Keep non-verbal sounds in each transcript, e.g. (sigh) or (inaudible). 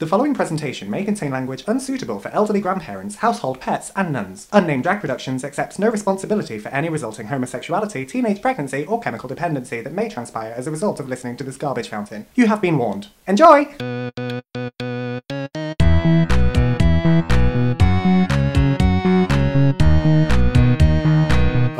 The following presentation may contain language unsuitable for elderly grandparents, household pets, and nuns. Unnamed Drag Productions accepts no responsibility for any resulting homosexuality, teenage pregnancy, or chemical dependency that may transpire as a result of listening to this garbage fountain. You have been warned. Enjoy!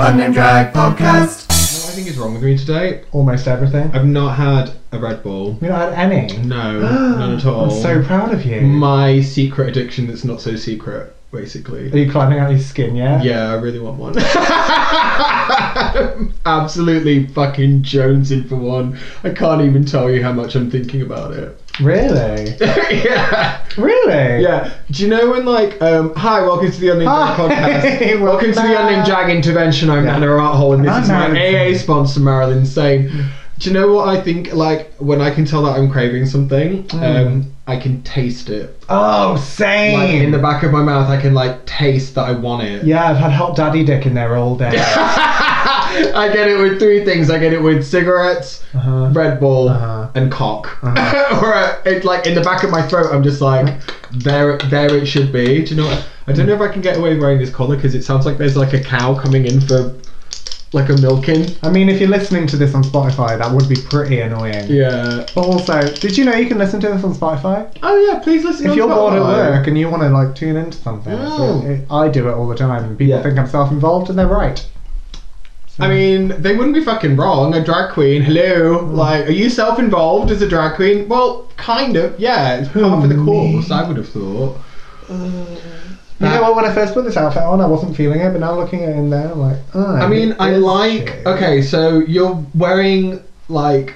Unnamed Drag Podcast! What I think is wrong with me today. Almost everything. I've not had a Red Bull. You not had any? (gasps) No, (gasps) none at all. proud of you. My secret addiction that's not so secret, basically. you climbing out of your skin yet? Yeah, I really want one. (laughs) Absolutely fucking jonesing for one. I can't even tell you how much I'm thinking about it. (laughs) Really? yeah. Really? Yeah. Do you know when like um hi, welcome to the Unnamed Drag (laughs) Hi, Podcast. welcome welcome to the back. Unnamed Drag Intervention. I'm Yeah. Anna Arthole and this I'm is my Marilyn AA Sane. sponsor Marilyn Sane. Do you know what I think like when I can tell that I'm craving something, Mm. um I can taste it. Oh, Like same. in the back of my mouth I can like taste that I want it. yeah, I've had hot daddy dick in there all day. (laughs) I get it with three things. I get it with cigarettes, Uh-huh. Red Bull, Uh-huh. and cock. (laughs) or uh, it's like in the back of my throat, I'm just like, there, there it should be. Do you know? What? I don't know if I can get away wearing this collar because it sounds like there's like a cow coming in for like a milking. I mean, if you're listening to this on Spotify, that would be pretty annoying. Yeah. But also, did you know you can listen to this on Spotify? Oh yeah, please listen. If on you're bored at Spotify. work and you want to like tune into something, so Mm. it- I do it all the time. and People Yeah. think I'm self-involved, and they're right. I mean, they wouldn't be fucking wrong. A drag queen, hello. Mm. Like, are you self-involved as a drag queen? Well, kind of. Yeah, it's part of the course. I would have thought. You That- know what? When I first put this outfit on, I wasn't feeling it, but now looking at it in there, I'm like, oh, I mean, I this like. shit. Okay, so you're wearing like.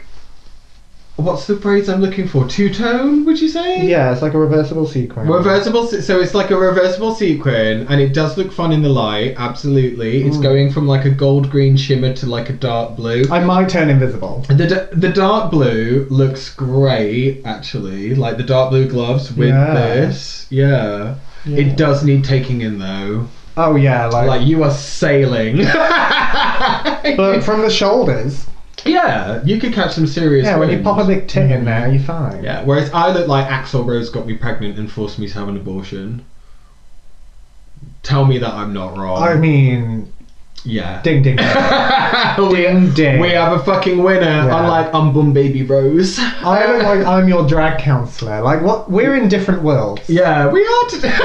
What's the phrase I'm looking for? Two tone, would you say? Yeah, it's like a reversible sequin. Reversible, se- so it's like a reversible sequin, and it does look fun in the light. Absolutely, it's Mm. going from like a gold green shimmer to like a dark blue. I might turn invisible. The, d- the dark blue looks great, actually. Like the dark blue gloves with Yeah. this, yeah. Yeah. It does need taking in though. Oh yeah, like. Like you are sailing. (laughs) but from the shoulders, Yeah, you could catch some serious. yeah. When you wind. pop a big tit in there, you're fine. Yeah, whereas I look like Axel Rose got me pregnant and forced me to have an abortion. Tell me that I'm not wrong. I mean, yeah. ding ding. ding. (laughs) we, Ding ding. we have a fucking winner, unlike I'm Bum Baby Rose. I look like I'm your drag counselor. Like what? We're in different worlds. (laughs) yeah, we are today. (laughs)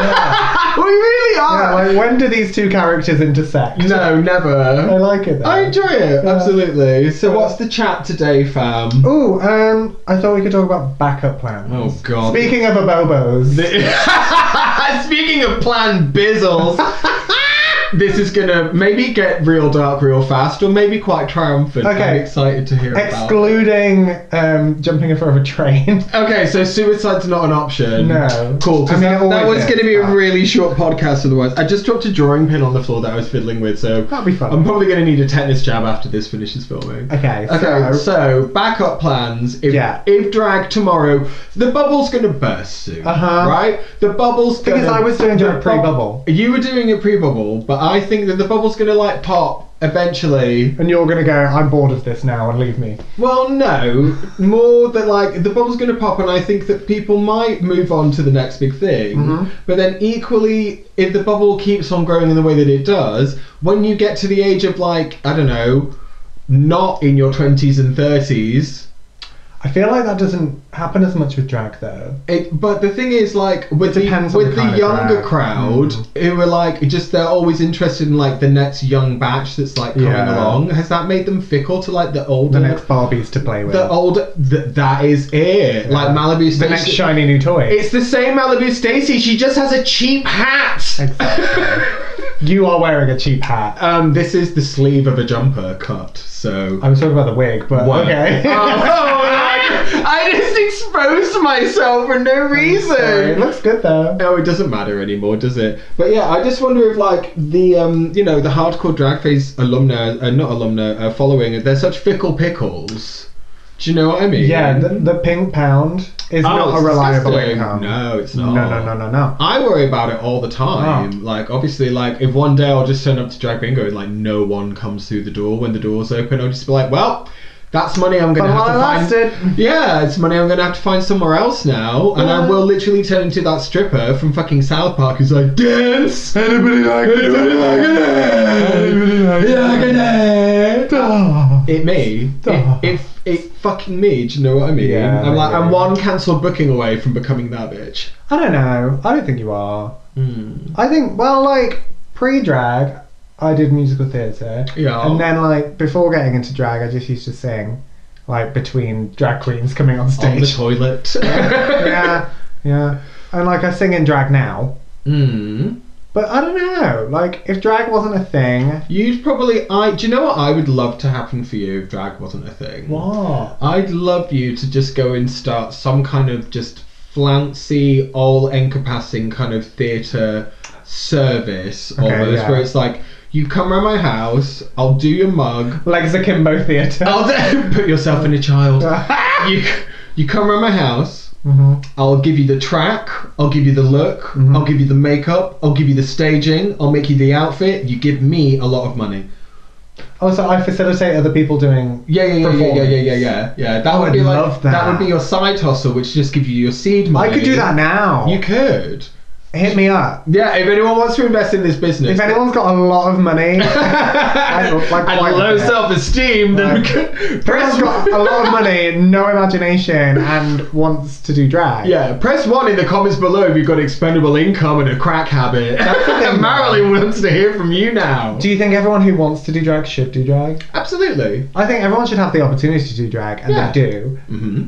we really Yeah, are. like when do these two characters intersect? no, I never. like it. Though. I enjoy it, Yeah. absolutely. So, Yeah. what's the chat today, fam? Ooh, um, I thought we could talk about backup plans. Oh, God. Speaking of abobos, The- (laughs) Speaking of plan bizzles, this is gonna maybe get real dark real fast, or maybe quite triumphant. Okay. I'm excited to hear about. excluding um, jumping in front of a train. (laughs) Okay, so suicide's not an option. No. Cool. 'cause I mean, that, I've that always was been going to be a that. really short podcast otherwise. I just dropped a drawing pin on the floor that I was fiddling with, so That'd be fun. I'm probably going to need a tetanus jab after this finishes filming. okay. Okay, So, so backup plans. If, Yeah. if drag tomorrow, the bubble's gonna burst soon, Uh-huh. right? The bubble's because gonna- I was doing the drag pre-bubble, You were doing it pre-bubble, but I think that the bubble's gonna like pop eventually. and you're gonna go. I'm bored of this now and leave me. Well, no, more that like the bubble's gonna pop, and I think that people might move on to the next big thing. Mhm. But then equally, if the bubble keeps on growing in the way that it does, when you get to the age of like I don't know, not in your twenties and thirties. I feel like that doesn't happen as much with drag though. It, but the thing is, like with the depends on with the the, kind of younger crowd, crowd. Mm. who are like just they're always interested in like the next young batch that's like coming Yeah. along. Has that made them fickle to like the older, The next Barbies to play with. the older? Th- that is it. Like Malibu The next Stacy. shiny new toy. It's the same Malibu Stacy. She just has a cheap hat. Exactly. you are wearing a cheap hat. (laughs) um, this is the sleeve of a jumper cut. So I was talking about the wig, but (laughs) Wow. okay. Oh, I, (laughs) I just exposed myself for no reason. Sorry, it looks good though. No, it doesn't matter anymore, does it? But yeah, I just wonder if like the um, you know, the hardcore drag phase alumni, uh, not alumni, uh, following, they're such fickle pickles. Do you know what I mean? Yeah, the, the pink pound is Oh, not it's a reliable disgusting. income. No, it's no, not. no, no, no, no. I worry about it all the Oh. time. Like, obviously, like if one day I'll just turn up to drag bingo and like no one comes through the door when the doors open, I'll just be like, well. that's money I'm gonna But have to while it find. lasted. Yeah, it's money I'm gonna have to find somewhere else now, and I Yeah. will literally turn into that stripper from fucking South Park who's like, dance, anybody like it, anybody like it, Anybody like it? it, Ah. it me, Ah. it, it, it fucking me. Do you know what I mean? Yeah, I'm like, yeah. I'm one cancelled booking away from becoming that bitch. I don't know. I don't think you are. I think, well, like, pre drag, I did musical theatre. Yeah. And then, like, before getting into drag, I just used to sing, like, between drag queens coming on On the stage. toilet. (laughs) yeah, yeah. And, like, I sing in drag now. Mm. But I don't know. Like, if drag wasn't a thing. You'd probably. I. Do you know what I would love to happen for you if drag wasn't a thing? What? I'd love you to just go and start some kind of just flouncy, all encompassing kind of theatre service Okay, almost, yeah. where it's like, you come round my house, I'll do your mug, (laughs) Legs Akimbo Theatre. I'll do- put yourself in a (laughs) child. (laughs) you, you come round my house, Mhm. I'll give you the track, I'll give you the look, I'll give you the makeup, I'll give you the staging, I'll make you the outfit, you give me a lot of money. Also, I facilitate other people doing. Yeah, yeah, yeah, yeah, yeah, yeah, yeah, yeah. yeah. That I would be would like love that. that. would be your side hustle, which just gives you your seed I money. could do that now. You could. Hit me up. Yeah, if anyone wants to invest in this business, If anyone's got a lot of money, (laughs) like- like- (laughs) and low self-esteem, then press Everyone's got a lot of money, no imagination, and wants to do drag. Yeah, press one in the comments below if you've got expendable income and a crack (laughs) habit. thing, Marilyn wants to hear from you now. Do you think everyone who wants to do drag should do drag? Absolutely. I think everyone should have the opportunity to do drag, and Yeah. they do. hmm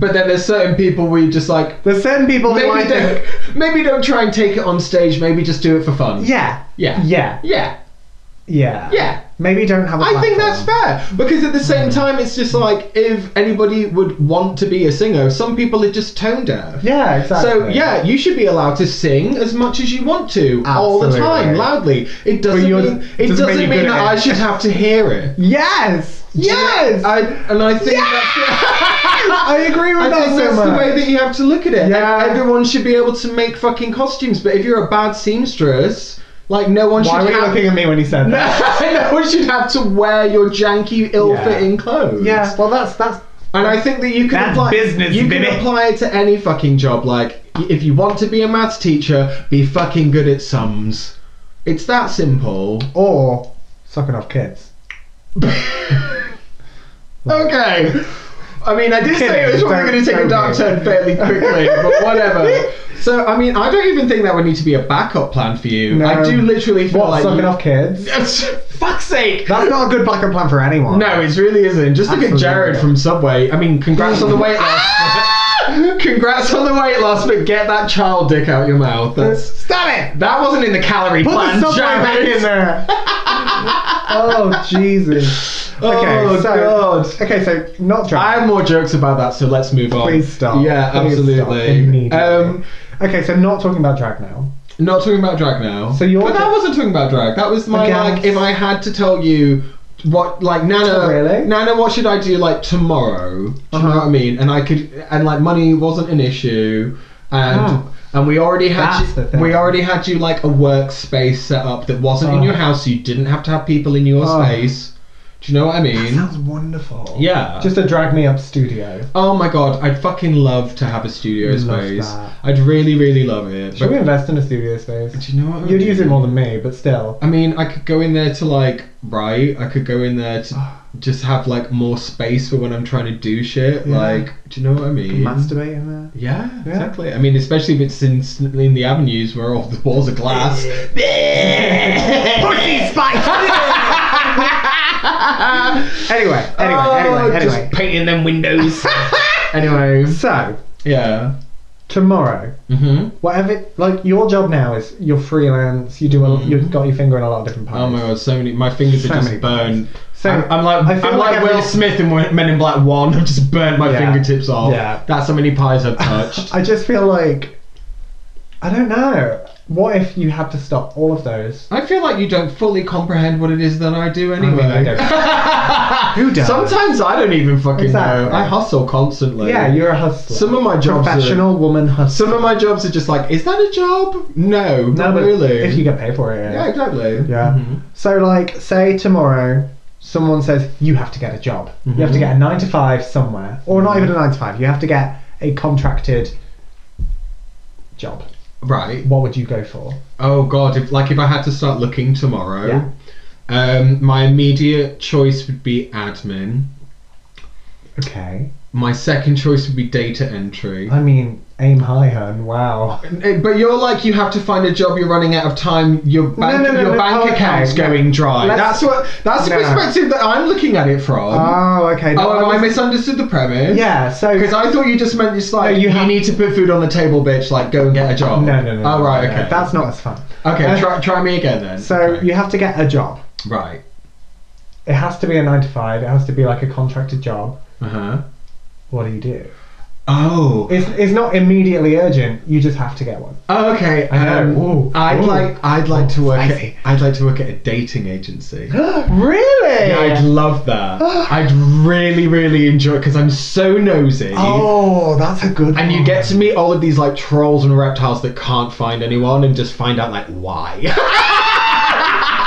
But then there's certain people we just like. There's certain people who I Maybe don't, think, maybe don't try and take it on stage. Maybe just do it for fun. yeah, Yeah. yeah, Yeah. yeah, Yeah. Maybe don't have. a I think that's platform. Mm. fair because at the same time, it's just like if anybody would want to be a singer, some people are just tone deaf. Yeah, exactly. So yeah, you should be allowed to sing as much as you want to all the Absolutely. time, loudly. It doesn't you're- mean it doesn't doesn't, mean you're mean, good that at I it. should have to hear it. Yes, yes, I and I think (laughs) that's I agree with I that think so that's much. the way that you have to look at it. Yeah. Ev- Everyone should be able to make fucking costumes, but if you're a bad seamstress, like no one Why should were you have looking at me when you (laughs) said that? no one should have to wear your janky, ill-fitting clothes. Yeah, well, that's that's And I think that you can That's apply business, you baby. can apply it to any fucking job. Like y- if you want to be a maths teacher, be fucking good at sums. It's that simple. or sucking off kids. Okay. I mean, I did say it was probably Don't- going to take a don't dark do turn it. fairly quickly, (laughs) but whatever. So, I mean, I don't even think that would need to be a backup plan for you. No. I do literally feel What like sucking you- off kids? (laughs) Fuck's sake! That's not a good backup plan for anyone. No, it really isn't. Just look at Absolutely. Jared from Subway. I mean, congrats on the (laughs) weight loss. congrats on the weight loss, but get that child dick out your mouth. That's Stop it! that wasn't in the calorie Put plan. the subway Jared. back in there. (laughs) oh Jesus. Okay, Oh, so God. okay, so not I drag. have more jokes about that, so let's move on. Please stop. Yeah, Please stop absolutely. immediately. Um, okay, so not talking about drag now. not talking about drag now. So you're- But that wasn't talking about drag. That was my Okay. like. If I had to tell you. What like Nana? Oh, really? Nana, what should I do like tomorrow? Do you know Uh-huh. what I mean? And I could, and like money wasn't an issue, and Oh. and we already had That's you, the thing. we already had you like a workspace set up that wasn't in Oh. your house, so you didn't have to have people in your Oh. space. Do you know what I mean? wonderful. yeah. Just a drag me up studio. Oh my god, I'd fucking love to have a studio Love space. that. I'd really, really love it. Should But we invest in a studio space? do you know what I You'd mean? use it more than me, but still. I mean, I could go in there to like write. I could go in (sighs) there to just have like more space for when I'm trying to do shit. Yeah. Like, do you know what I mean? Masturbate in there. Yeah, Yeah. exactly. I mean, especially if it's in, in the avenues where all the walls are glass. (laughs) Pussy spice. anyway, anyway, Oh, anyway, just anyway. painting (laughs) them windows. anyway, So yeah. tomorrow, Mhm. whatever, like your job now is you're freelance. You do, a, you've got your finger in a lot of different pies. Oh my god, so many. My fingers So are just many burned. So I'm, I'm like, I feel I'm like, like every- Will Smith in Men in Black One. I've just burned my Yeah. fingertips off. Yeah. That's how many pies (laughs) I've touched. I just feel like I don't know. What if you had to stop all of those? I feel like you don't fully comprehend what it is that I do anyway. I don't. (laughs) Who does? Sometimes I don't even fucking know. Exactly. I hustle constantly. Yeah, you're a hustler. Some of my jobs are- professional woman hustler. Some of my jobs are just like, is that a job? No, no, not but really. if you get paid for it, yeah, exactly. Yeah. So, like, say tomorrow someone says you have to get a job. You Mm-hmm. have to get a nine to five somewhere, or not even a nine to five. You have to get a contracted job. Right. What would you go for? Oh god, if like if I had to start looking tomorrow, um, my immediate choice would be admin. Okay. My second choice would be data entry. I mean, aim high, hun. Wow. Eh, But you're like you have to find a job. You're running out of time. Your bank, no, no, your no, bank okay, account's no. going dry. Let's- that's what. That's No. the perspective that I'm looking at it from. Oh, okay. oh, have I I was- misunderstood the premise? yeah. So Because I thought you just meant it's like No, you you, have- need to put food on the table, bitch. Like go and get a job. No, no, no. Oh no, right, no, okay. That's not as fun. okay. Uh, try, try me again then. So Okay. you have to get a job. right. It has to be a nine to five. It has to be like a contracted job. Uh huh. What do you do? Oh. It's, it's not immediately urgent. You just have to get one. Oh, okay. I know. Um, Ooh. I'd Ooh. like. I'd like to work. At, spicy. I'd like to work at a dating agency. (gasps) really? Yeah, I'd love (gasps) that. I'd really, really enjoy it because I'm so nosy. oh, that's a good. And you one. get to meet all of these like trolls and reptiles that can't find anyone and just find out like why. (laughs)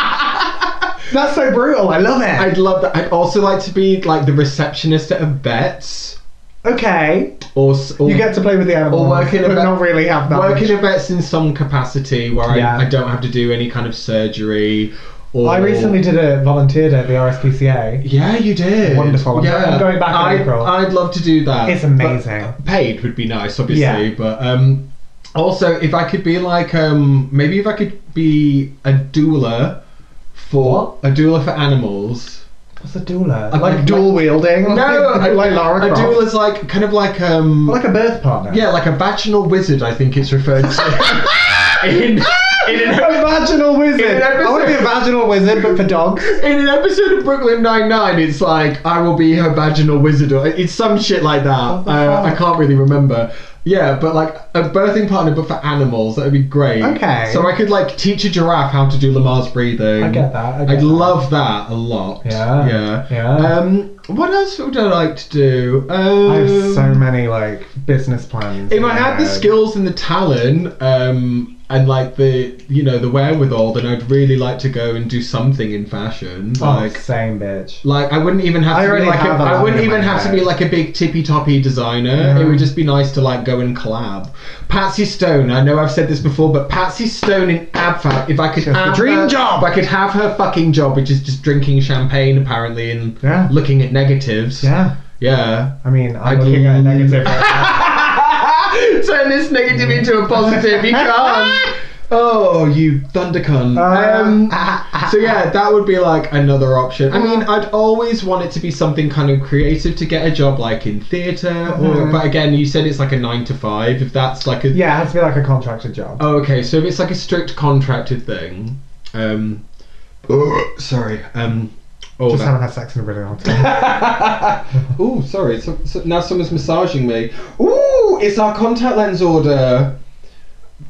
that's so brutal. I love it. I'd love that. I'd also like to be like the receptionist at a vet's okay, or, s- or you get to play with the animals, or work in a but vet- not really have that. work much. in a vet's in some capacity where Yeah. I, I don't have to do any kind of surgery. Or I recently did a volunteer day at the RSPCA. Yeah, you did. Wonderful. I'm- Yeah, I'm going back in I'd, April. I'd love to do that. It's amazing. But paid would be nice, obviously, Yeah. but um, also if I could be like um, maybe if I could be a doula for a doula for animals. What's a doula? I like like- dual wielding? No, like, like Lara A Croft. doula's like kind of like um, like a birth partner. yeah, like a vaginal wizard. I think it's (laughs) referred to (laughs) in, in (laughs) an A vaginal wizard. In an I want to be a episode. vaginal wizard, but for dogs. In an episode of Brooklyn Nine Nine, it's like I will be her vaginal wizard, or it's some shit like that. the Uh, I fuck? can't really remember. Yeah, but like a birthing partner, but for animals, that would be great. Okay. So I could like teach a giraffe how to do Lamar's breathing. I get that. I I'd get that. love that a lot. Yeah. Yeah. Yeah. Um, what else would I like to do? Um, I have so many like business plans. If in I my had the head. skills and the talent, um, and like the you know the wherewithal, then I'd really like to go and do something in fashion. oh, Like same bitch. like I wouldn't even have I to be already like have a, a I lot wouldn't in even my have to head. be like a big tippy toppy designer. It No. would just be nice to like go and collab. Patsy Stone, I know I've said this before, but Patsy Stone in AbFab, if I could She has the have dream her- job! if I could have her fucking job, which is just drinking champagne apparently and Yeah. looking at negatives. Yeah. Yeah. (laughs) I mean, I'm I'd looking at a (laughs) love- negative. right Turn this negative into a positive. (laughs) You can't. Oh, you thunder cunt. Uh, (laughs) um, so (laughs) yeah, that would be like another option. I Mm. mean, I'd always want it to be something kind of creative to get a job like in theatre or Mhm. but again, you said it's like a 9 to 5 if that's like a now. yeah, it has to be like a contracted job. Oh, okay. So if it's like a strict contracted thing, um (clears throat) sorry. Um oh, Just that- haven't had sex in a really long (laughs) time. Ooh, sorry. So, so now someone's massaging me. Ooh, it's our contact lens order.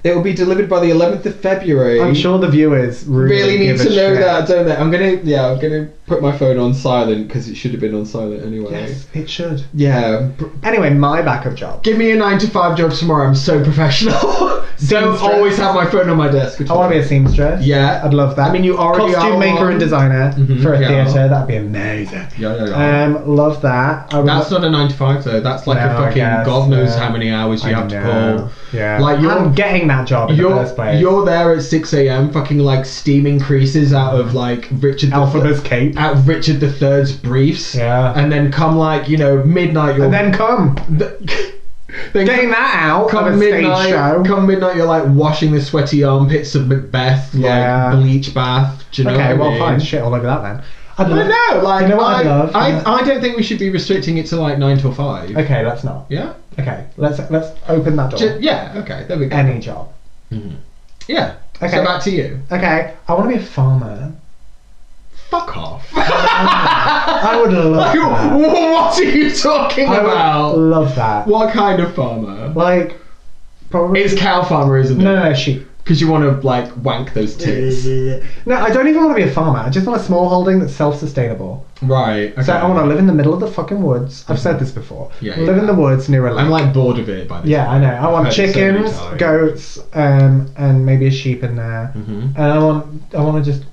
It will be delivered by the 11th of February. I'm sure the viewers really, Really need give to a know shit. that, don't they? I'm gonna, yeah, I'm gonna put my phone on silent because it should have been on silent anyway. Yes, it should. Yeah. br- Anyway, my backup job. Give me a nine to five job tomorrow. I'm so professional. (laughs) don't Seamstress. always have my phone on my desk. I want to be a seamstress. Yeah. I'd love that. I mean, you already costume are maker one. and designer Mhm, for a yeah. theatre. That'd be amazing. Yeah, yeah, yeah. Um, love that. I would That's lo- not a nine to five though. That's like No, a I fucking guess, god knows yeah. how many hours you I have to know. pull. Yeah, Like, you're- I'm getting that job in the You're, first place. you're there at 6 a.m. fucking like steaming creases out of like Richard the Alphabet's cape. out of Richard the Third's briefs. Yeah. And then come like you know midnight. You're and then come th- (laughs) then getting that out of come a midnight. stage show. Come midnight. You're like washing the sweaty armpits of Macbeth. Like Yeah. bleach bath. Do you know okay, what I well, mean? fine. Shit all over that then. I'd I love- don't know. Like You know what I, I'd love? I, I don't think we should be restricting it to like nine till five. Okay, let's not. Yeah. Okay, let's let's open that door. Ju- yeah. Okay. There we go. Any job. yeah. Okay. So back to you. Okay, I want to be a farmer. Fuck off. I (laughs) would love that. what are you talking I would about? love that. What kind of farmer? Like, probably. It's cow farmer, isn't no, it? no, no, sheep. Because you want to like wank those tits. No, I don't even want to be a farmer. I just want a small holding that's self-sustainable. Right. Okay. So I want to live in the middle of the fucking woods. I've said this before. Yeah, live in yeah. the woods near a lake. I'm like bored of it by this. yeah, I know. I want I've heard it so many chickens, times. goats, um, and maybe a sheep in there. Mhm. And I want, I want to just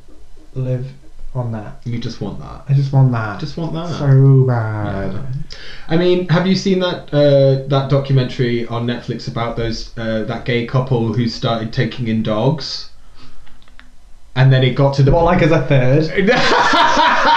live on that. You just want that. I just want that. Just want that. so bad. I mean, have you seen that uh, that documentary on Netflix about those uh, that gay couple who started taking in dogs, and then it got to the Well, (laughs) like as a third. (laughs)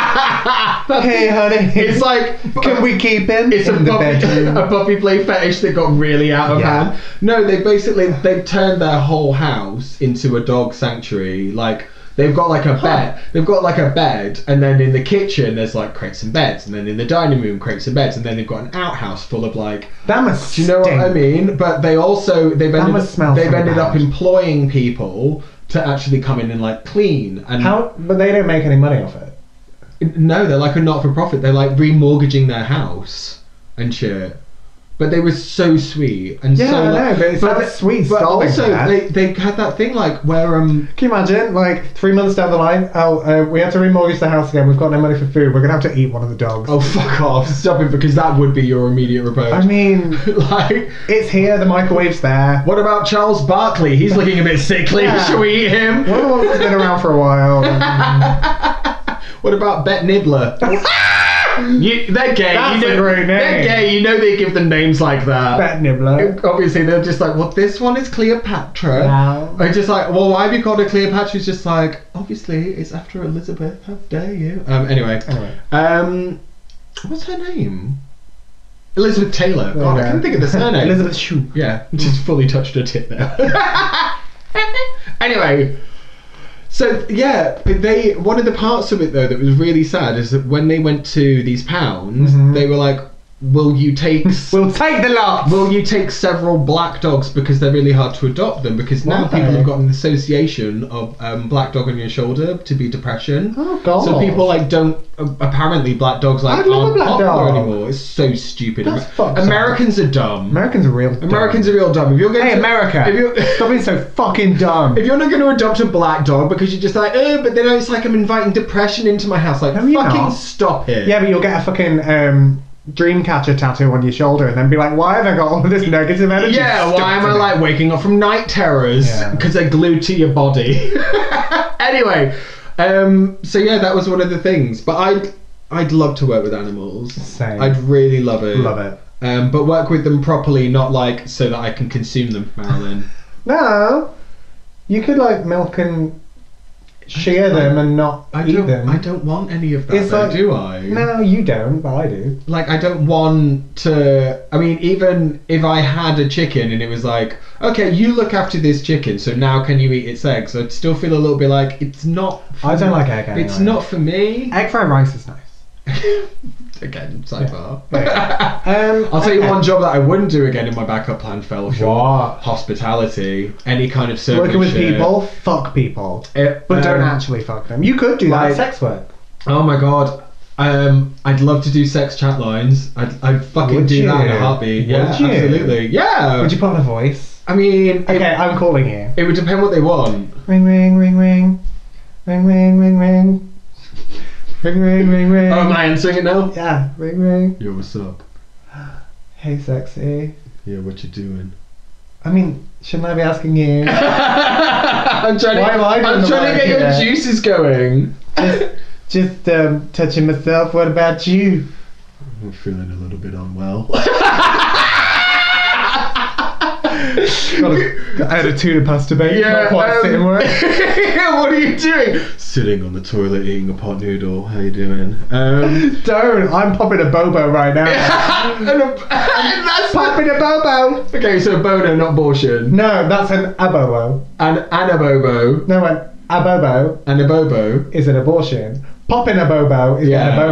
Hey, honey. it's like (laughs) can we keep him It's in a the puppy, bedroom? (laughs) a puppy play fetish that got really out of Yeah. hand. No, they basically they've turned their whole house into a dog sanctuary. Like they've got like a bed, they've got like a bed, and then in the kitchen there's like crates and beds, and then in the dining room crates and beds, and then they've got an outhouse full of like that must do you know stink. what I mean? But they also they've ended, must smell they've so ended up bad. employing people to actually come in and like clean and How? But they don't make any money off it. no, they're like a not for profit. They're like remortgaging their house and shit. But they were so sweet and Yeah, so I like, know, but it's that th- sweet But starving also, to death. they, they had that thing like where um Can you imagine? Like three months down the line, oh, uh, we have to remortgage the house again. We've got no money for food. We're gonna have to eat one of the dogs. oh (laughs) fuck off stop it because that would be your immediate reproach. I mean, (laughs) like it's here. The microwave's there. what about Charles Barkley? He's looking a bit sickly. Yeah. Should we eat him? One of the ones that's been around for a while. (laughs) What about (laughs) Bet Nibbler? you, they're gay. That's you know, a great name. They're gay. You know they give them names like that. Bet nibbler. Obviously, they're just like, well, this one is Cleopatra. Wow. I'm just like, well, why have you called her Cleopatra? She's just like, obviously, it's after Elizabeth. How dare you? Um, anyway. Anyway. Um, what's her name? Elizabeth Taylor. There God, you I go. couldn't think of the (laughs) surname. Elizabeth Shue. Yeah, just fully touched her tit there. (laughs) anyway, so yeah, they one of the parts of it though that was really sad is that when they went to these pounds, Mhm. they were like, "Will (laughs) you take?" s- We'll take the lot. Will you take several black dogs because they're really hard to adopt them? Because now Why? people have got an association of um, black dog on your shoulder to be depression. Oh, God. So people like don't a- apparently black dogs like I'd love a aren't black popular dog. anymore. It's so stupid. That's Amer- fucked up. Americans are dumb. Americans are real. Americans are real dumb. If you're going Hey, to, America. If you're, (laughs) Stop being so fucking dumb. if you're not going to adopt a black dog because you're just like, oh, but then it's like I'm inviting depression into my house. Like, No, fucking you're not. stop it. Yeah, but you'll get a fucking um, dreamcatcher tattoo on your shoulder and then be like, why have I got all of this negative energy? Yeah, stuck why am to I me?" like waking up from night terrors? Yeah. Because they're glued to your body. (laughs) anyway, um, so yeah, that was one of the things. But I'd I'd love to work with animals. Same. I'd really love it. Love it. Um, but work with them properly, not like so that I can consume them, (laughs) Marilyn. No, you could like milk and shear them and not I eat don't. them. I don't want any of that. It's though, like- do I? No, you don't, but I do. like I don't want to. I mean, even if I had a chicken and it was like, okay, you look after this chicken, so now can you eat its eggs? I'd still feel a little bit like it's not. for I don't me. like egg anyway. It's not (laughs) for me. Egg fried rice is nice. Again, sidebar. Yeah. Um, (laughs) I'll tell you okay. one job that I wouldn't do again in my backup plan fell short. What? Hospitality, any kind of service. Working with shit. people, fuck people, Eh, but don't um, actually fuck them. You could do that. like- sex work. Oh my god. Um, I'd love to do sex chat lines. I'd, I'd fucking Would do that in you? a heartbeat. Would yeah, you? absolutely. Yeah. Would you put on a voice? I mean, uh, it- Okay, I'm calling you. It would depend what they want. Ring, ring, ring, ring, ring, ring, ring, ring, ring, ring, ring, ring. Oh, am I answering it now? Yeah, ring, ring. Yo, what's up? Hey, sexy. Yeah, what you doing? I mean, shouldn't I be asking you? (laughs) I'm trying Why am I to, doing I'm the trying work to get your here? juices (laughs) going. just, just um, touching myself. What about you? I'm feeling a little bit unwell. (laughs) I had a tuna pasta bake. (laughs) yeah. not quite um, sitting work. (laughs) what are you doing? Sitting on the toilet eating a pot noodle. How you doing? Um, Don't. I'm popping a bobo right now. (laughs) and a, and that's popping a bobo. okay. So bono, not abortion. No, that's an abobo. And anabobo, No, an abobo anabobo. is an abortion. Popping a bobo is Yeah. getting a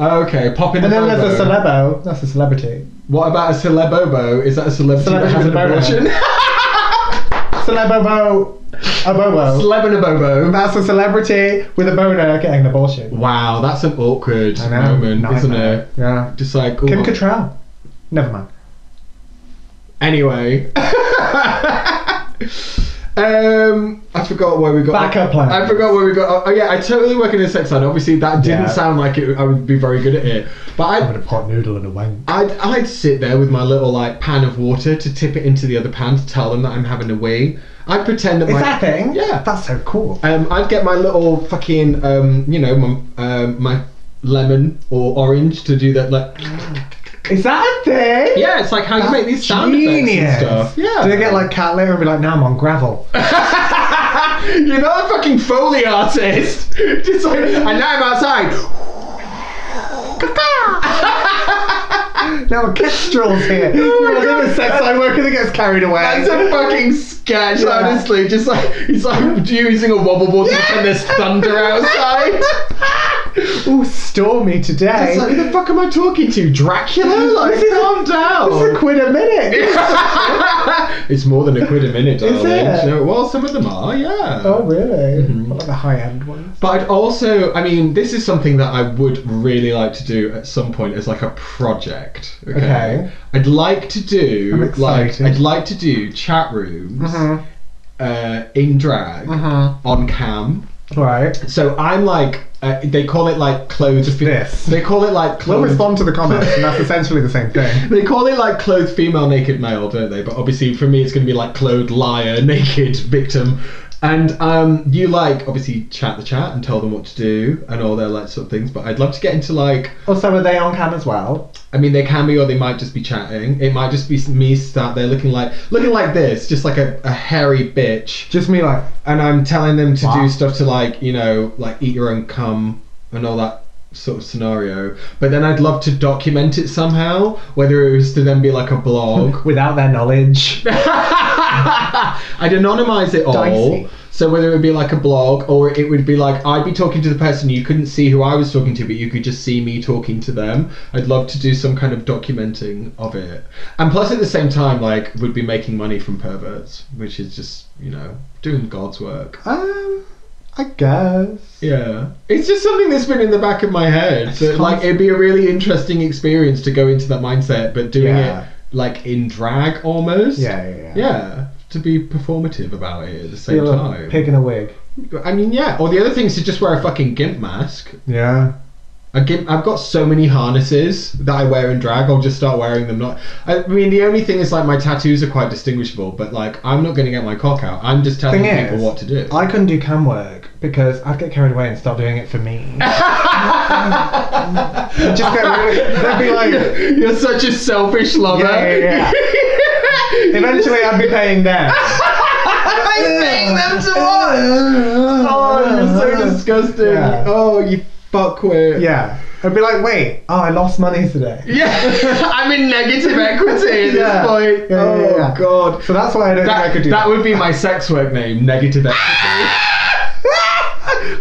boner. Okay, pop in And the then bobo. there's a celebo. That's a celebrity. What about a celebobo? Is that a celebrity that Celebrity has with an a boner. abortion? (laughs) Celebobo, a bobo. Celebanabobo. That's a celebrity with a boner getting an abortion. Wow, that's an awkward I know. moment, isn't Nightmare. it? Yeah. Just like oh, Kim Cattrall. (laughs) Never mind. Anyway, Um, I forgot where we got. Backup plan. I forgot where we got. Oh yeah, I totally work in a sex line. Obviously, that didn't Yeah. sound like it. I would be very good at it, but I. Having a pot noodle and a wank. I'd, I'd sit there with my little like pan of water to tip it into the other pan to tell them that I'm having a wee. I'd pretend that Is my that thing? Yeah. That's so cool. um, I'd get my little fucking um, you know my, um, my lemon or orange to do that like Is that a thing? yeah it's like how you make these sound Genius. effects and stuff yeah Do they get like cat litter and be like, now I'm on gravel? (laughs) You're not a fucking Foley artist. (laughs) Just like, and now I'm outside. now a kestrel's here. Oh my Well, God. there's a sex line worker that gets carried away. That's (laughs) a fucking sketch, Yeah. honestly. Just like, he's like using a wobble board to pretend there's (laughs) thunder outside. Ooh, stormy today. It's like, who the fuck am I talking to? Dracula? Like, This is- calm It's a down. quid a (laughs) (laughs) minute. it's more than a quid a minute, darling. it? No, well, some of them are, yeah. oh, really? Mm-hmm. What about the high end ones? But I'd also, I mean, this is something that I would really like to do at some point as like a project. Okay. Okay. I'd like to I'm do like excited. Mm-hmm. I'd like to do chat rooms uh, in drag on cam. Right. So I'm like, uh, they call it like clothes. this. They call it like We'll clothes. respond to the comments, and (laughs) that's essentially the same thing. They call it like clothed female naked male, don't they? But obviously for me it's gonna be like clothed liar (laughs) naked victim. And um, you like obviously chat the chat and tell them what to do and all their like sort of things. But I'd love to get into like Also, are they on cam as well? I mean they can be or they might just be chatting. It might just be me sat there looking like looking like this, just like a, a hairy bitch. Just me, like, And I'm telling them to Wow. do stuff to like you know like eat your own cum and all that sort of scenario. But then I'd love to document it somehow, whether it was to then be like a blog without their knowledge. I'd anonymize it all. Dicey. So whether it would be like a blog or it would be like I'd be talking to the person you couldn't see who I was talking to, but you could just see me talking to them. I'd love to do some kind of documenting of it. And plus at the same time, like would be making money from perverts, which is just, you know, doing God's work. um, I guess. Yeah. It's just something that's been in the back of my head. So can't- like it'd be a really interesting experience to go into that mindset, but doing Yeah. it like in drag almost. Yeah, yeah, yeah. Yeah, to be performative about it at the Be a same little time. pig in a wig. I mean, yeah. Or the other thing is to just wear a fucking gimp mask. Yeah. A gimp, I've got so many harnesses that I wear in drag. I'll just start wearing them. Not. I mean, the only thing is like my tattoos are quite distinguishable, but like I'm not going to get my cock out. I'm just telling Thing people is, what to do. (laughs) I couldn't do cam work because I'd get carried away and start doing it for (laughs) me. just get really, they'd be like, You're such a selfish lover. Yeah, yeah, (laughs) yeah. eventually I'd be paying them. I'm paying them to watch. Oh, you're so (laughs) disgusting. Yeah. Oh, you fuckwit. Yeah. I'd be like, wait, oh, I lost money today. Yeah, (laughs) I'm in negative equity at Yeah. this point. Yeah, yeah, oh yeah, yeah. god. So that's why I don't think I That, could do that that. (laughs) would be my sex work name, (laughs) negative equity.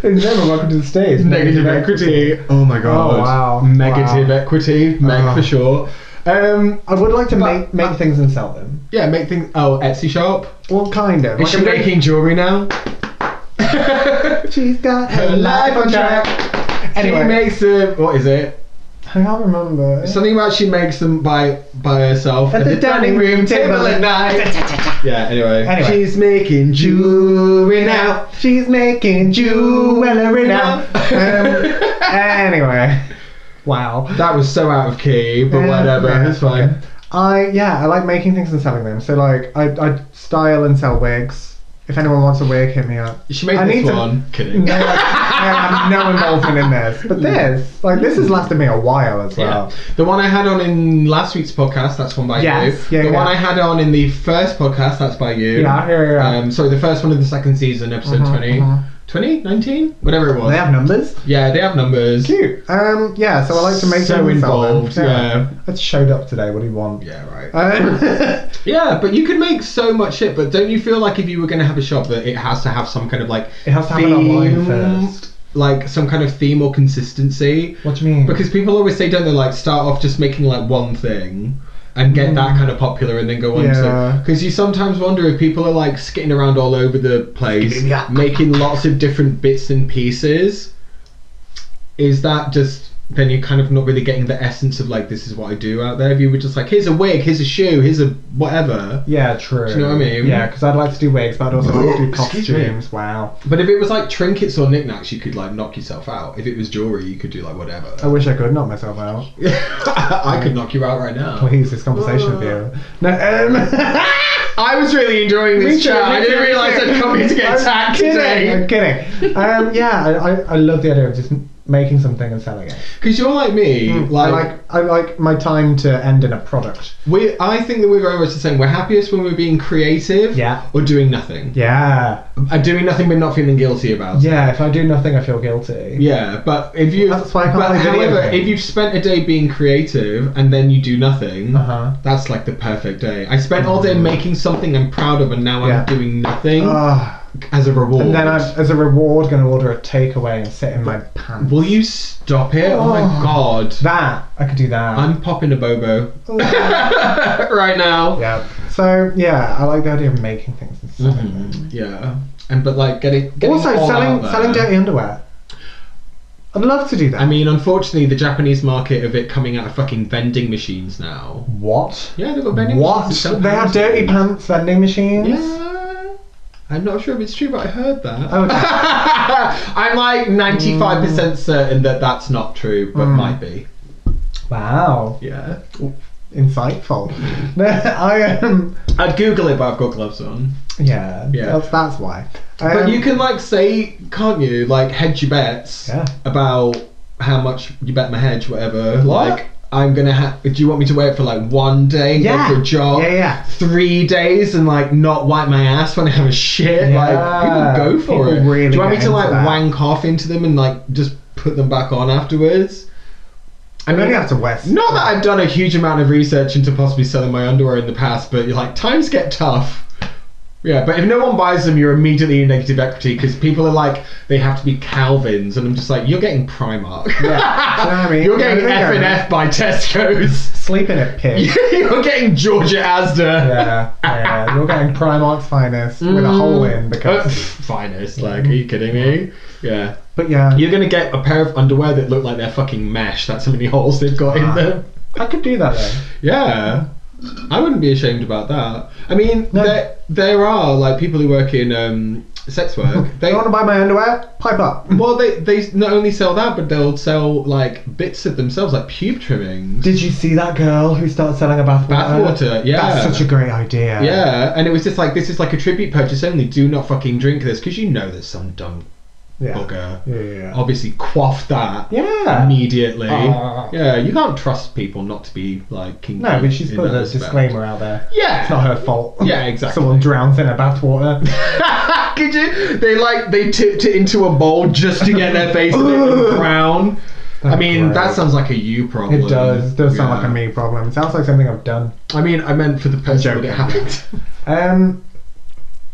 In general, welcome to the stage. negative equity. Oh my god. wow. Negative Wow. equity, Meg Oh. for sure. Um, I would like to But- make, make but- things and sell them. yeah, make things. Oh, Etsy shop. Well, kind of. Is she I'm going- making jewelry (laughs) now? She's got Her life on track. She Anyway. makes them. What is it? I can't remember. Something about she makes them by by herself At the dining room table at night. yeah. Anyway. Anyway. She's making jewelry now. She's making jewelry now. um, anyway. Wow. That was so out of key, but Yeah, whatever. yeah, it's fine. okay. I yeah, I like making things and selling them. So like I I style and sell wigs. If anyone wants a wig, hit me up. She made I this need to- one. Kidding. No, I, I have no involvement in this. But this, like this has lasted me a while as Yeah. well. The one I had on in last week's podcast, that's one by Yes, you. yeah, the yeah. one I had on in the first podcast, that's by you. Yeah, yeah, yeah. Um, sorry, the first one of the second season, episode Mhm, 20. mhm. 20? 19? Whatever it was. They have numbers. yeah, they have numbers. Cute. Um yeah, so I like to make So things and sell them. involved, yeah. I just showed up today. What do you want? Yeah, right. (laughs) Um, yeah, but you could make so much shit, but don't you feel like if you were going to have a shop that it has to have some kind of like it has to happen online first. Like some kind of theme or consistency? What do you mean? Because people always say, don't they, like start off just making like one thing and get that kind of popular and then go on Yeah. to. Because you sometimes wonder if people are like skitting around all over the place, Skidding, yeah. making lots of different bits and pieces. Is that just then you're kind of not really getting the essence of like this is what I do out there. If you were just like here's a wig, here's a shoe, here's a whatever. Yeah, true. Do you know what I mean? Yeah, because I'd like to do wigs, but I'd also like to do Excuse me. costumes. Wow. But if it was like trinkets or knickknacks, you could like knock yourself out. If it was jewelry, you could do like whatever. (laughs) I wish I could knock myself out. I could knock you out right now. Please, this conversation with you. No, um, I was really enjoying Me (laughs) this too, chat. me I didn't too, me realise too. I'd come here to get I'm attacked kidding, today. I'm kidding. Um, yeah, I, I, I love the idea of just making something and selling it. Mm. Because you're like me, Hmm, I like, like I like my time to end in a product. we. I think that we're very much the same. We're happiest when we're being creative, Yeah. or doing nothing. Yeah, And doing nothing, but not feeling guilty about. it. yeah. If I do nothing, I feel guilty. Yeah, but if you, That's why I can't but play video however, games. if you've spent a day being creative and then you do nothing, Uh-huh. Mm. that's like the perfect day. I spent all day making something I'm proud of, and now Yeah. I'm doing nothing Ah, as a reward. and then I'm, as a reward, going to order a takeaway and sit in my pants. Will you stop it? Oh, my Oh. god! That I could do that. I'm popping a bobo right (laughs) now. yeah. So yeah, I like the idea of making things and selling them. Yeah, and but like getting, Mm-hmm. getting Also, all out selling there. selling dirty underwear. I'd love to do that. I mean, unfortunately, the Japanese market of it coming out of fucking vending machines now. what? Yeah, they've got vending What? machines. to sell They have pants. dirty pants vending machines. Yeah. I'm not sure if it's true, but I heard that. Oh, okay. (laughs) I'm like 95% certain that that's not true, but Mm. might be. wow, Yeah. insightful. (laughs) No, I um, I'd Google it, but I've got gloves on. yeah, Yeah. That's, that's why. But Um, you can like say, can't you? Like hedge your bets Yeah. about how much you bet my hedge, whatever. What? Like I'm gonna have. Do you want me to wait for like one day and Yeah. go for a job? Yeah, yeah. Three days and like not wipe my ass when I have a shit. Yeah. Like people go for People it. really do you want me get to into like that. wank off into them and like just put them back on afterwards? I I'm mean, only out to West. not that I've done a huge amount of research into possibly selling my underwear in the past, but you're like, times get tough. Yeah, but if no one buys them, you're immediately in negative equity because people are like, they have to be Calvins, and I'm just like, you're getting Primark. Do you know what I mean? (laughs) you're getting I F think and I'm F by Tesco's. (laughs) Sleeping at pig. you're getting Georgia (laughs) Asda. yeah, yeah. You're getting Primark's finest with a hole in Uh, because. Mm. pff, finest, like, are you kidding me? Yeah. But yeah, You're gonna get a pair of underwear that look like they're fucking mesh. That's how many holes they've got Ah. in them. I could do that though. Yeah, I wouldn't be ashamed about that. I mean, No. there there are like people who work in um, (laughs) sex work. They you want to buy my underwear? Pipe up. well, they they not only sell that, but they'll sell like bits of themselves, like pube trimmings. Did you see that girl who started selling a bathwater? Bathwater, yeah. That's such a great idea. yeah, and it was just like this is like a tribute purchase only. Do not fucking drink this because you know there's some dumb Yeah. bugger Yeah. Yeah. obviously quaffed that yeah. immediately. Ah. yeah, you can't trust people not to be like kinky. No, but she's in put that a respect. disclaimer out there. Yeah, It's not her fault. Yeah, exactly. Someone drowns in a (laughs) bathwater. Could you? They like they tipped it into a bowl just to get their face lit and brown. I mean, that Great. sounds like a you problem. It does. Does sound Yeah. like a me problem. sounds like something I've done. I mean, I meant for the person that it happened. Um,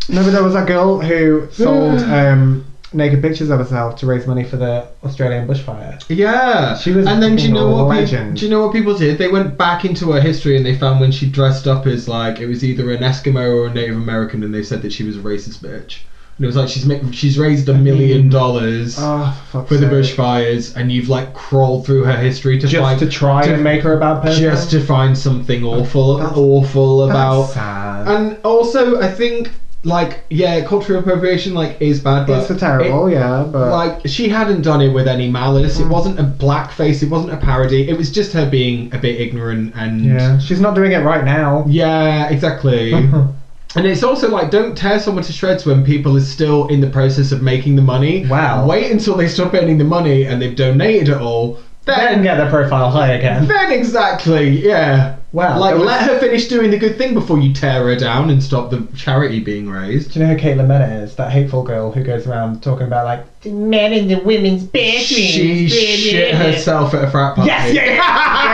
no, but there was that girl (gasps) who sold um, naked pictures of herself to raise money for the Australian bushfire. (laughs) yeah, She was And then do you know a what? peop- legend. do you know what people did? They went back into her history and they found when she dressed up as like it was either an Eskimo or a Native American, and they said that she was a racist bitch. And it was like she's ma- she's raised a million dollars. Oh, fuck For the bushfires, and you've like crawled through her history to Just find to try to- and make her a bad person. just to find something awful, That's- awful That's about. sad. And also, I think like yeah, cultural appropriation like is bad, but It's terrible, it- yeah, but Mm. like she hadn't done it with any malice. It wasn't a blackface. It wasn't a parody. It was just her being a bit ignorant and yeah, she's not doing it right (laughs) now. yeah, exactly. (laughs) And it's also like, don't tear someone to shreds when people are still in the process of making the money. Wow. Wait until they stop earning the money and they've donated it all. Then get their profile high (laughs) again. Then exactly, yeah. Wow, like that was- let her finish doing the good thing before you tear her down and stop the charity being raised. Do you know who Caitlin Bennett is? That hateful girl who goes around talking about like the men in the women's bathrooms. She shit herself at a frat party. Yes, yeah, yeah, (laughs)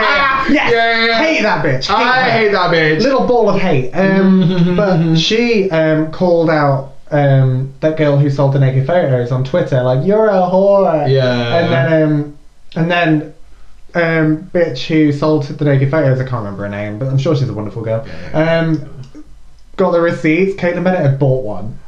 yeah, yeah, yes. yeah, yeah. Hate that bitch. Hate I her. hate that bitch. Little ball of hate. (laughs) Um, but she um, called out um, that girl who sold the naked photos on Twitter, like you're a whore. Yeah. And then um, Uh-huh. and then um, bitch who sold the naked photos. I can't remember her name, but I'm sure she's a wonderful girl. Um, got the receipts. Caitlin Bennett had bought one.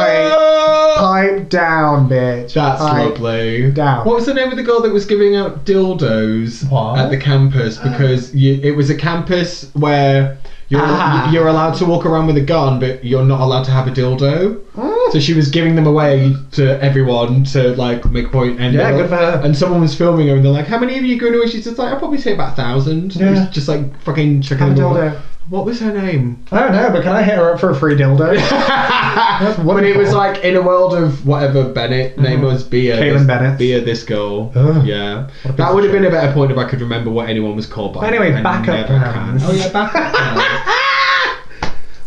Oh! Pipe down, bitch. That's Pipe lovely. down. What was the name of the girl that was giving out dildos What? Uh. at the campus? Because you, it was a campus where you're Ah. you're allowed to walk around with a gun, but you're not allowed to have a dildo. Mm, So she was giving them away to everyone to like make a point. And Yeah, good for her. And someone was filming her, and they're like, "How many of you going away?" She's just like, "I'll probably say about a thousand. Yeah. It's Just like fucking checking Have a them all. dildo. What was her name? I don't know, but can I hit her up for a free (laughs) dildo? That's wonderful. (laughs) But it was like in a world of whatever Bennett name was, Bea. Caitlin this, Bennett. Bea, this girl. Ugh. What Yeah. a piece That of would have shit. been a better point if I could remember what anyone was called by. But anyway, I backup never can. plans. Oh, yeah, backup plans. (laughs)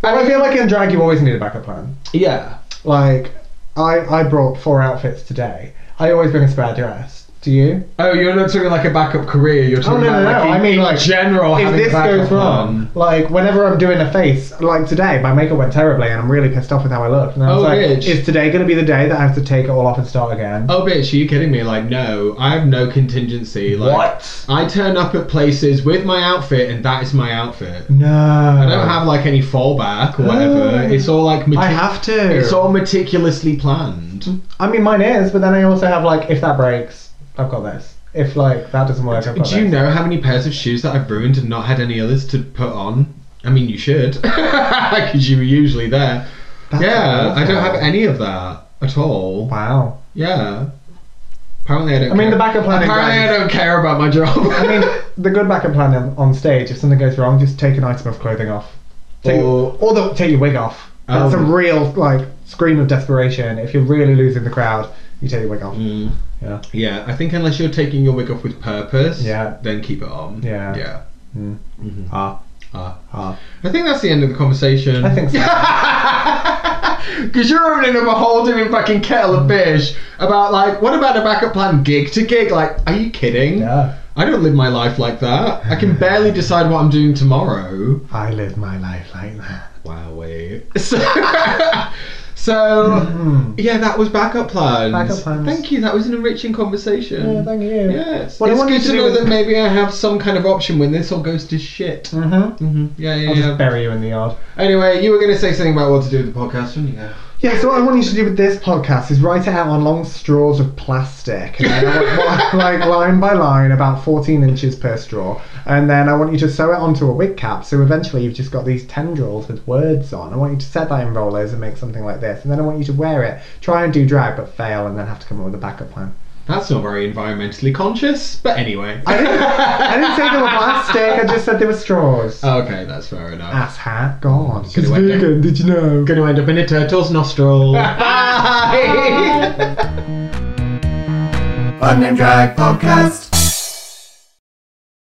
And I feel like in drag you always need a backup plan. Yeah. Like, I I brought four outfits today. I always bring a spare dress. Do you? Oh, you're not talking like a backup career. You're talking Oh, no, about no, like, no, in- I mean, in like, general if having this backup goes wrong, plan. like whenever I'm doing a face, like today, my makeup went terribly and I'm really pissed off with how I looked. And I was Oh, like, bitch. is today going to be the day that I have to take it all off and start again? Oh, bitch, are you kidding me? Like, no, I have no contingency. Like, What? I turn up at places with my outfit, and that is my outfit. No. I don't have like any fallback or whatever. Oh. It's all like I meticulous. have to. It's all meticulously planned. I mean, mine is, but then I also have like, if that breaks, I've got this. If like that doesn't work, I've got Do you this. know how many pairs of shoes that I've ruined and not had any others to put on? I mean, you should, (laughs) because you were usually there. That's yeah, I don't awful. have any of that at all. Wow. Yeah. Apparently, I don't. I mean, care. the backup plan in Apparently, Grand- I don't care about my job. I (laughs) mean, the good backup plan on, on stage, if something goes wrong, just take an item of clothing off. Take, Or- or, the, take your wig off. That's Um, a real, like, scream of desperation. If you're really losing the crowd, you take your wig off. Mm, Yeah. yeah, I think unless you're taking your wig off with purpose, Yeah. then keep it on. Yeah. Yeah. Mm. Mhm. Ah, Ah. ah. I think that's the end of the conversation. I (laughs) think so. Because you're opening up a whole different fucking kettle of fish about, like, what about a backup plan gig to gig? Like, are you kidding? Yeah. I don't live my life like that. I (laughs) can barely decide what I'm doing tomorrow. I live my life like (laughs) that. Wow, wait. (laughs) So, (laughs) so Mm. yeah, that was backup plans. Backup plans. Thank you. That was an enriching conversation. Yeah, thank you. Yes. What I it's wanted good to to do know was- that maybe I have some kind of option when this all goes to shit. Mm-hmm. Yeah, yeah, I'll yeah. just bury you in the yard. Anyway, you were going to say something about what to do with the podcast, didn't you? Yeah, so what I want you to do with this podcast is write it out on long straws of plastic, and then I want- (laughs) like line by line, about 14 inches per straw, and then I want you to sew it onto a wig cap. So eventually, you've just got these tendrils with words on. I want you to set that in rollers and make something like this, and then I want you to wear it, try and do drag, but fail, and then have to come up with a backup plan. That's not very environmentally conscious, but anyway. I didn't, I didn't say they were plastic. Ah, I just said they were straws. (laughs) okay, that's fair enough. Ass hat, God, it's Could've went there. vegan. Did you know? Gonna end up in a turtle's (laughs) nostril. Bye. (laughs) Unnamed Drag Podcast.